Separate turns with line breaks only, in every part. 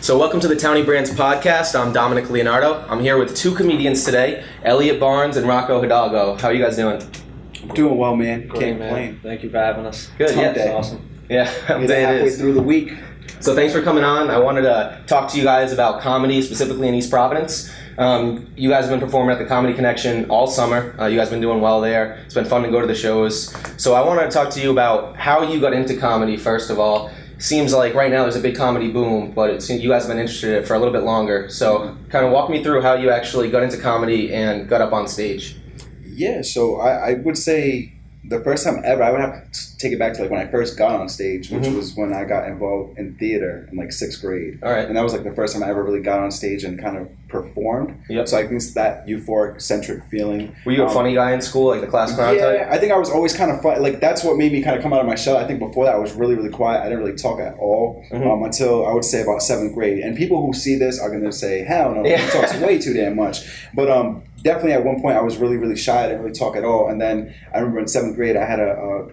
So, welcome to the Towny Brands podcast. I'm Dominic Leonardo. I'm here with two comedians today, Elliot Barnes and Rocco Hidalgo. How are you guys doing?
Doing well, man.
Great,
Can't
man.
complain.
Thank you for having us.
Good,
Hump
yeah.
Day. awesome.
Yeah,
We're
day it
halfway
is.
through the week.
So, thanks for coming on. I wanted to talk to you guys about comedy, specifically in East Providence. Um, you guys have been performing at the Comedy Connection all summer. Uh, you guys have been doing well there. It's been fun to go to the shows. So, I wanted to talk to you about how you got into comedy, first of all. Seems like right now there's a big comedy boom, but it seems you guys have been interested in it for a little bit longer. So, kind of walk me through how you actually got into comedy and got up on stage.
Yeah, so I, I would say the first time ever, I would have to take it back to like when I first got on stage, which
Mhm.
was when I got involved in theater in like sixth grade.
All right.
And that was like the first time I ever really got on stage and kind of performed.
Yep.
So I think it's that euphoric centric feeling.
Were you a
Um,
funny guy in school, like the class clown
Yeah,
type?
I think I was always kind of fun. Like that's what made me kind of come out of my shell. I think before that I was really, really quiet. I didn't really talk at all
Mhm.
um, until I would say about seventh grade. And people who see this are going to say, "Hell no,
Yeah.
he talks way too damn much." But um, definitely at one point I was really, really shy. I didn't really talk at all. And then I remember in seventh grade I had a, a, a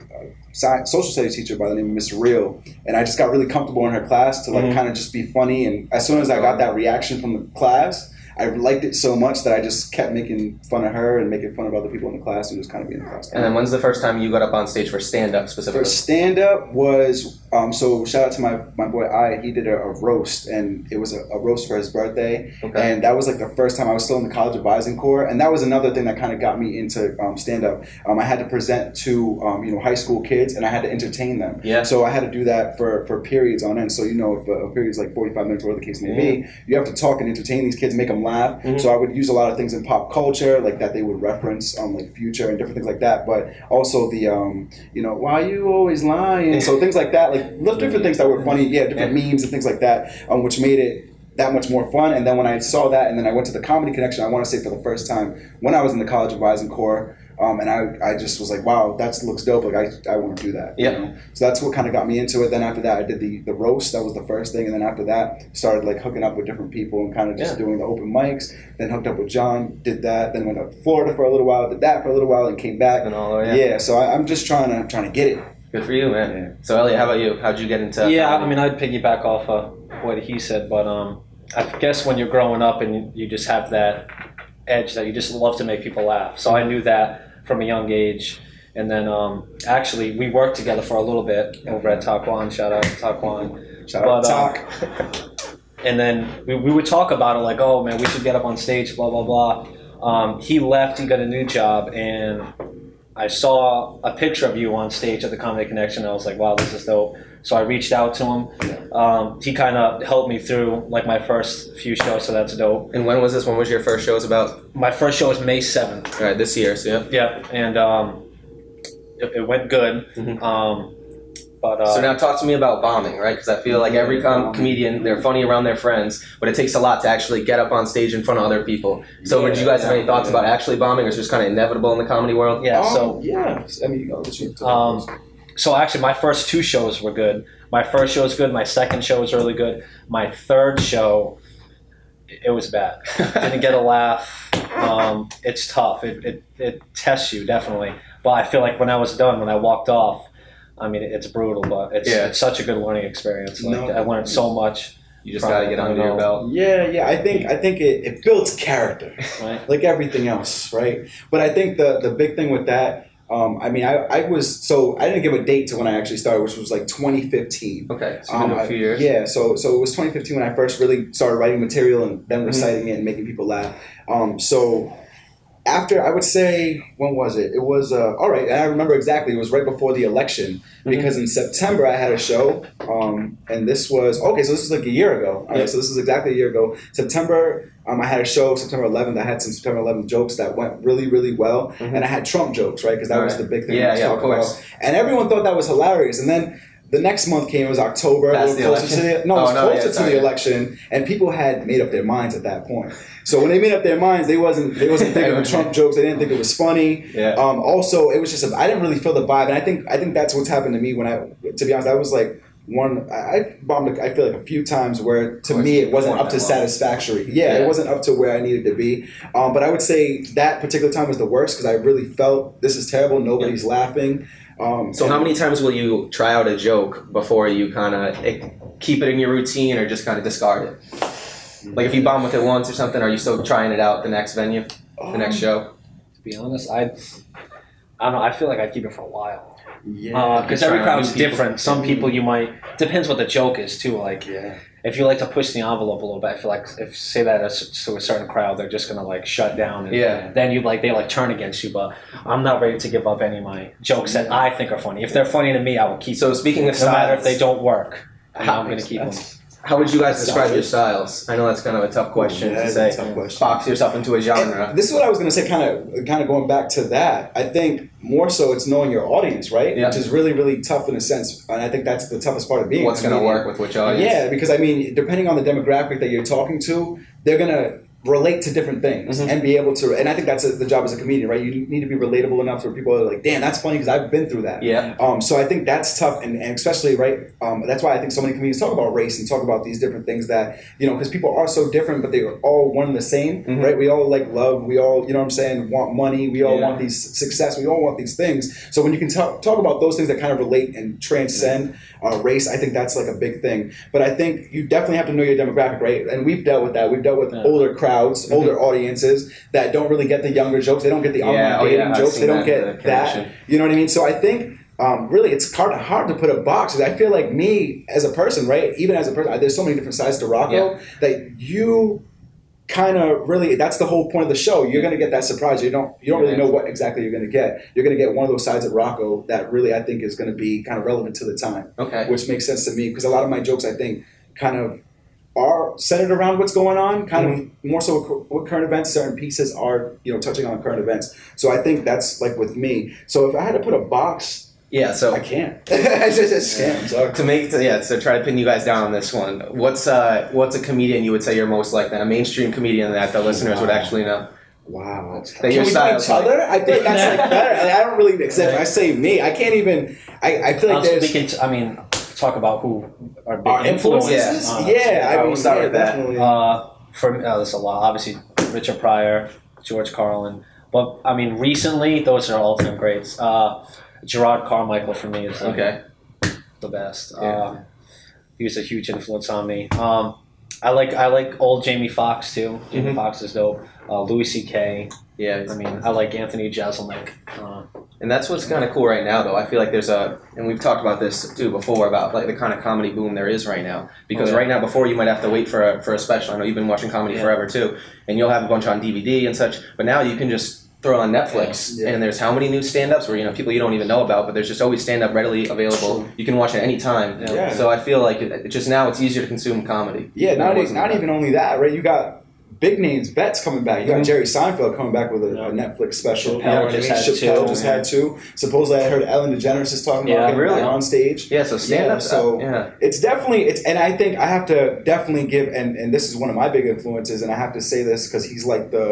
sci- social studies teacher by the name of Miss Real, and I just got really comfortable in her class to like
Mhm.
kind of just be funny. And as soon as I got that reaction from the class. I liked it so much that I just kept making fun of her and making fun of other people in the class and just kind of being in the class.
And then when's the first time you got up on stage for stand up specifically?
For stand up was um, so shout out to my, my boy I he did a, a roast and it was a, a roast for his birthday
Okay.
and that was like the first time I was still in the college advising corps and that was another thing that kind of got me into um, stand up um, I had to present to um, you know high school kids and I had to entertain them
Yeah.
so I had to do that for, for periods on end so you know if a, a period's like 45 minutes whatever the case may be you have to talk and entertain these kids make them laugh
Mhm.
so I would use a lot of things in pop culture like that they would reference um, like future and different things like that but also the um, you know, why you always lying? So things like that, like little different things that were funny, yeah, different memes and things like that, um, which made it that much more fun. And then when I saw that, and then I went to the comedy connection, I want to say for the first time when I was in the college advising corps, um, and I, I just was like, wow, that looks dope. Like I, I want to do that.
Yeah.
You know? So that's what kind of got me into it. Then after that, I did the the roast. That was the first thing, and then after that, started like hooking up with different people and kind of just
Yeah.
doing the open mics. Then hooked up with John, did that. Then went up to Florida for a little while, did that for a little while, and came back.
And all
Oh,
the way
Yeah,
up.
so I, I'm just trying to trying to get it.
Good for you, man. So, Elliot, how about you? How'd you get into um,
yeah, I
comedy?
mean, I'd piggyback off of what he said, but um, I guess when you're growing up and you, you just have that edge that you just love to make people laugh. So I knew that from a young age. And then um, actually, we worked together for a little bit over at Taquan. Shout out to Taquan.
Shout out
But, uh,
Talk.
And then we, we would talk about it like, oh man, we should get up on stage, blah, blah, blah. Um, he left, he got a new job, and I saw a picture of you on stage at the Comedy Connection. I was like, wow, this is dope. So I reached out to him. Um, he kind of helped me through like my first few shows, so that's dope.
and when was this? When was your first shows about?
My first show was May 7th.
All right, this year. So, yeah.
Yeah, and um, it, it went good.
Mhm.
Um, but uh,
so now talk to me about bombing, right? Because I feel like every com- comedian, they're funny around their friends, but it takes a lot to actually get up on stage in front of other people. So, would you guys have any thoughts about actually bombing, or is it just kind of inevitable in the comedy world?
yeah,
Um,
so
yeah, I mean, I'll let you talk
Um,
first.
so actually my first two shows were good my first show was good my second show was really good my third show it was bad didn't get a laugh um, it's tough it, it, it tests you definitely but i feel like when i was done when i walked off i mean it's brutal but it's,
Yeah.
it's such a good learning experience like
No.
i learned so much
You just got to get under your belt.
yeah, yeah, I think I think it, it builds character,
right
like everything else, right? But I think the the big thing with that, um, I mean, I, I was so I didn't give a date to when I actually started, which was like 2015.
Okay, so you've
Um,
been doing a few years.
Yeah, so so it was 2015 when I first really started writing material and then
Mhm.
reciting it and making people laugh. Um, so after I would say when was it? It was uh, all right, and I remember exactly. It was right before the election
Mm-hmm.
because in September I had a show, um, and this was okay. So this was like a year ago. All right,
Yeah.
so this is exactly a year ago. September, um, I had a show September 11th. I had some September 11th jokes that went really, really well,
Mhm.
and I had Trump jokes, right? Because that
All
was
right.
the big thing.
Yeah,
I was
yeah, of
talking about.
course.
And everyone thought that was hilarious, and then. The next month came, it was October,
That's
a
the
little closer
election?
to the, no, it
Oh,
was
no, yeah,
closer to
sorry.
the election, and people had made up their minds at that point. So when they made up their minds, they wasn't they wasn't thinking of Trump jokes. They didn't think it was funny.
Yeah.
Um, also, it was just I I didn't really feel the vibe, and I think I think that's what's happened to me when I, to be honest, I was like one. I, I bombed. I feel like a few times where to
Of course,
me it
you
wasn't
performed
up to
that well.
satisfactory. Yeah,
Yeah.
it wasn't up to where I needed to be. Um, but I would say that particular time was the worst because I really felt this is terrible. Nobody's laughing. Um,
So
and-
how many times will you try out a joke before you kind of eh, keep it in your routine or just kind of discard it? Like if you bomb with it once or something, are you still trying it out the next venue,
Oh,
the next show?
To be honest, I, I don't know. I feel like I'd keep it for a while
Yeah.
because Uh, every
Try
crowd's
new people. Mm.
different. Some people you might depends what the joke is too. Like
yeah.
if you like to push the envelope a little bit, I feel like if say that as- to a certain crowd, they're just gonna like shut down. And
Yeah.
Then you like they like turn against you. But I'm not ready to give up any of my jokes that I think are funny. If they're funny to me, I will keep.
Mm. So speaking of
no matter if
styles,
they don't work,
How-
I'm gonna keep them.
how would you guys describe your styles? I know that's kind of a tough question
Yeah,
to
that's
say.
a tough question.
Box yourself into a genre.
And this is what I was going to say, kind of, kind of going back to that. I think more so it's knowing your audience, right?
Yeah.
Which is really, really tough in a sense, and I think that's the toughest part of being.
What's
a
going to
comedian.
work with which audience?
Yeah, because I mean, depending on the demographic that you're talking to, they're gonna relate to different things
Mhm.
and be able to. And I think that's a, the job as a comedian, right? You need to be relatable enough where people are like, "Damn, that's funny," because I've been through that.
Yeah.
Um, so I think that's tough, and, and especially right. Um, that's why I think so many comedians talk about race and talk about these different things that you know because people are so different, but they are all one and the same,
Mhm.
right? We all like love. We all, you know, what I'm saying, want money. We all
Yeah.
want these success. We all want these things. So when you can talk talk about those things that kind of relate and transcend uh, race, I think that's like a big thing. But I think you definitely have to know your demographic, right? And we've dealt with that. We've dealt with
Yeah.
older crowds, older audiences that don't really get the younger jokes. They don't get the
Mm-hmm. Yeah,
online
oh yeah,
dating
I've
jokes.
seen
They
that,
don't
the
get that.
connection.
You know what I mean? So I think um, really it's kind of hard to put a box. 'cause I feel like me as a person, right? Even as a person, there's so many different sides to Rocco that you kind of really that's the whole point of the show you're going to get that surprise you don't you don't really know what exactly you're going to get you're going to get one of those sides of rocco that really i think is going to be kind of relevant to the time
Okay.
which makes sense to me because a lot of my jokes i think kind of are centered around what's going on kind of
Mm-hmm.
more so what cur- what current events certain pieces are you know touching on current events so i think that's like with me so if i had to put a box
Yeah. So
i can't i just, I just can't I'm sorry.
to make to, yeah, so try to pin you guys down on this one. What's uh what's a comedian you would say you're most like then a mainstream comedian that the listeners would actually know?
Wow.
That
Can
your
we do
style
each
is like-
other? I think that's like better. Like, I don't really except if I say me. I can't even. I, I feel like
Um, so we
there's
can, t- I mean, talk about who are big
our influences.
influences?
on us.
Yeah,
Yeah,
I
we'll
mean,
start
yeah,
with that.
definitely.
Uh, for uh, there's a lot. Obviously, Richard Pryor, George Carlin, but I mean, recently those are all time greats. Uh, Gerard Carmichael for me is like
Okay.
the best.
Yeah.
Uh, he was a huge influence on me. Um, I like I like old Jamie Foxx too. Jamie
Mhm.
Foxx is dope. Uh, Louis C.K.
Yeah.
I mean, I like Anthony Jeselnik. Uh,
And that's what's kind of cool right now, though. I feel like there's a, and we've talked about this too before about like the kind of comedy boom there is right now. Because
Oh, yeah.
right now, before you might have to wait for a, for a special. I know you've been watching comedy
Yeah.
forever too, and you'll have a bunch on DVD and such. But now you can just throw on Netflix,
Yeah.
and there's how many new stand-ups where you know people you don't even know about, but there's just always stand-up readily available. You can watch it any time.
Yeah.
Yeah.
So I feel like it, it just now it's easier to consume comedy.
yeah,
Than it
not,
was
e-
in
not
the
even only that, right? You got big names, vets coming back. You got
Mhm.
Jerry Seinfeld coming back with a, a
Yeah.
Netflix special. you
Chappelle
know what I
just
mean?
had
Chappelle
two,
just
yeah.
had two. Supposedly, I heard Ellen DeGeneres is talking
Yeah,
about getting
really?
back on stage.
Yeah. So stand-ups.
Yeah, so-
uh, yeah.
It's definitely it's and I think I have to definitely give and and this is one of my big influences and I have to say this because he's like the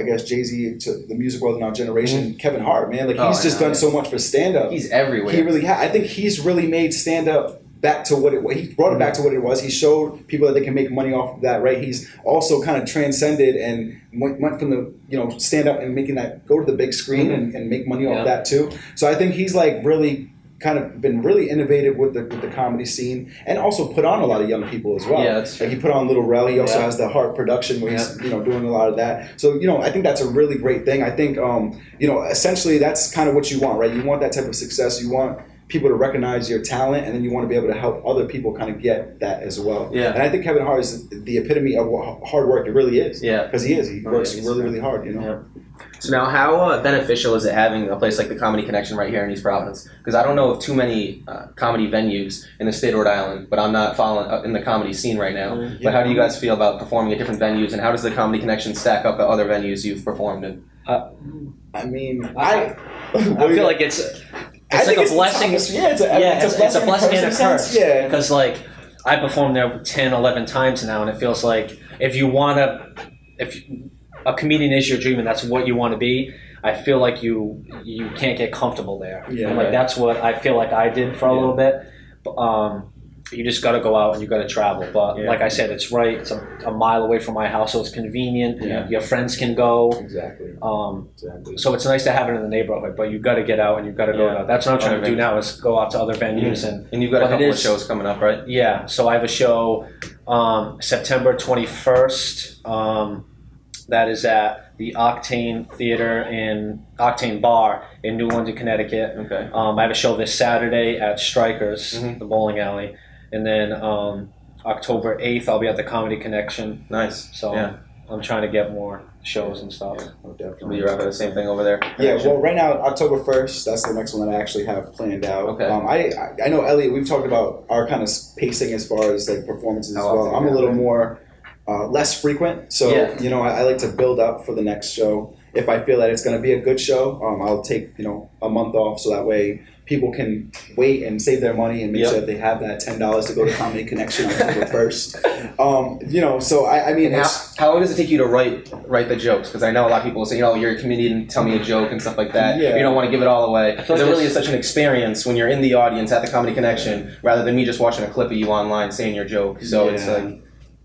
I guess Jay Z to the music world in our generation Kevin Hart man like
Oh,
he's
I
just
know,
done
yeah.
so much for stand up
He's everywhere.
he really ha- I think he's really made stand up back to what it was. He brought it back to what it was. He showed people that they can make money off of that, right? He's also kind of transcended and went, went from the, you know, stand up and making that go to the big screen
Mm-hmm.
and, and make money
Yeah.
off that too. So I think he's like really kind of been really innovative with the with the comedy scene and also put on a lot of young people as well.
Yeah, that's true.
Like he put on Little Rel. He also
Yeah.
has the Heart production where he's you know doing a lot of that. So you know I think that's a really great thing. I think um, you know essentially that's kind of what you want, right? You want that type of success. You want people to recognize your talent, and then you want to be able to help other people kind of get that as well.
Yeah.
And I think Kevin Hart is the epitome of what hard work. It really is.
Yeah.
Because he is. He
Oh,
works
yeah, he's
really
great.
really hard. You know.
Yeah. So now, how uh, beneficial is it having a place like the Comedy Connection right here in East Providence? Because I don't know of too many uh, comedy venues in the state of Rhode Island, but I'm not following uh, in the comedy scene right now.
Mm.
But how do you guys feel about performing at different venues, and how does the Comedy Connection stack up to other venues you've performed in?
I mean,
I-
I.
I feel like it's
I
it's
think
like a
the
blessing-
toughest- Yeah, it's a,
yeah, it's, it's a blessing
in
and a
sense.
curse.
Yeah.
Because, like, I performed there 10, 11 times now, and it feels like if you want to, if a comedian is your dream and that's what you want to be, I feel like you you can't get comfortable there.
Yeah.
And, like, that's what I feel like I did for a
Yeah.
little bit. But, Um, you just got to go out and you got to travel. But
Yeah.
like I said, it's right. It's a, a mile away from my house, so it's convenient.
Yeah.
Your friends can go.
Exactly.
Um,
Exactly.
so it's nice to have it in the neighborhood, but you got to get out and you got to go
Yeah.
out. That's what I'm trying
Other
to do now is go out to other venues and
And you've got a
But it
couple of
is-
shows coming up, right?
yeah. So I have a show um, September 21st. Um, that is at the Octane Theater in Octane Bar in New London, Connecticut.
Okay.
Um, I have a show this Saturday at Strikers,
Mhm.
the bowling alley, and then um, October eighth I'll be at the Comedy Connection.
Nice.
So
Yeah.
I'm trying to get more shows and stuff.
Oh, definitely.
You're up at the same thing over there.
Yeah, well, right now October first. That's the next one that I actually have planned out.
Okay.
Um, I I- I know Elliot. We've talked about our kind of pacing as far as like performances as
How
well.
often
I'm
you
a little
have it.
more uh, less frequent, so
Yeah.
you know I, I like to build up for the next show. If I feel that it's going to be a good show, um, I'll take you know a month off so that way people can wait and save their money and make
Yep.
sure that they have that ten dollars to go to Comedy Connection October first. Um, you know, so I, I mean,
And how,
it's,
how long does it take you to write write the jokes? Because I know a lot of people will say, you know, you're a comedian, tell me a joke and stuff like that.
Yeah.
You don't want to give it all away.
feel
Because
like
it really is
there's-
such an experience when you're in the audience at the Comedy Connection, rather than me just watching a clip of you online saying your joke. So it's
Yeah.
like,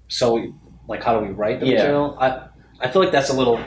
So like, how do we write the
Yeah.
material? I I feel like that's a little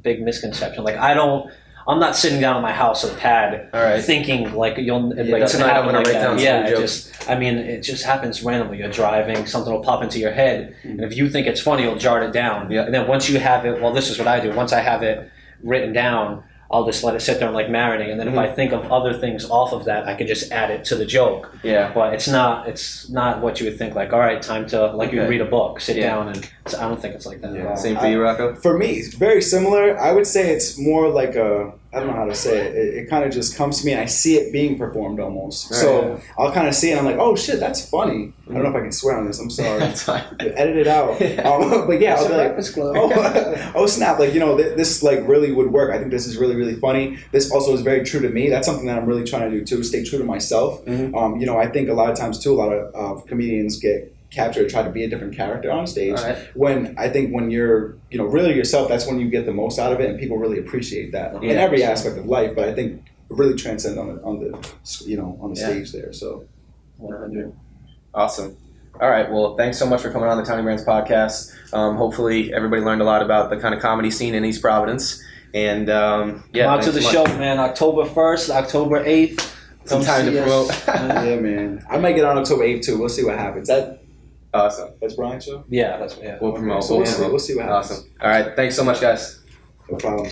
big misconception. Like I don't. I'm not sitting down in my house with a pad
all right,
thinking like you'll it,
Yeah,
like, doesn't
tonight I'm
happen
gonna
like
write
that.
down some
yeah, it
jokes.
just I mean it just happens randomly. You're driving, something will pop into your head, and if you think it's funny, you'll jot it down.
Yeah.
And then once you have it, well, this is what I do. Once I have it written down, I'll just let it sit there and like marinate. And then
Mhm.
if I think of other things off of that, I can just add it to the joke.
yeah,
But it's not it's not what you would think. Like all right, time to like you
Okay.
read a book, sit
Yeah.
down, and so I don't think it's like that.
Yeah.
At all.
same for you, Rocco.
for me, it's very similar. I would say it's more like a I don't know how to say it. It, it kind of just comes to me, and I see it being performed almost.
Right.
so I'll kind of see it. and I'm like, oh shit, that's funny. I don't know if I can swear on this. I'm sorry.
That's fine.
Edit it out. Um, but yeah, I'll be like, oh, oh snap! Like you know, th- this like really would work. I think this is really really funny. This also is very true to me. That's something that I'm really trying to do too. Stay true to myself.
Mhm.
Um, you know, I think a lot of times too, a lot of uh, comedians get captured and try to be a different character on stage
All right.
when I think when you're you know really yourself, that's when you get the most out of it, and people really appreciate that
Yeah.
in every aspect of life. But I think really transcend on the, on the you know on the
Yeah.
stage there. So
100.
Awesome. All right. Well, thanks so much for coming on the Tony Brands podcast. Um, hopefully, everybody learned a lot about the kind of comedy scene in East Providence. And um, yeah,
Come out to the
thanks so
show,
much.
man. October first, October eighth.
Some time to promote.
yeah, man, I might get on October eighth too. We'll see what happens. That
awesome.
that's Brian's show.
yeah, that's yeah.
We'll
Okay,
promote.
So we'll
we'll
see.
promote.
We'll see what happens.
Awesome. All right. Thanks so much, guys.
No problem.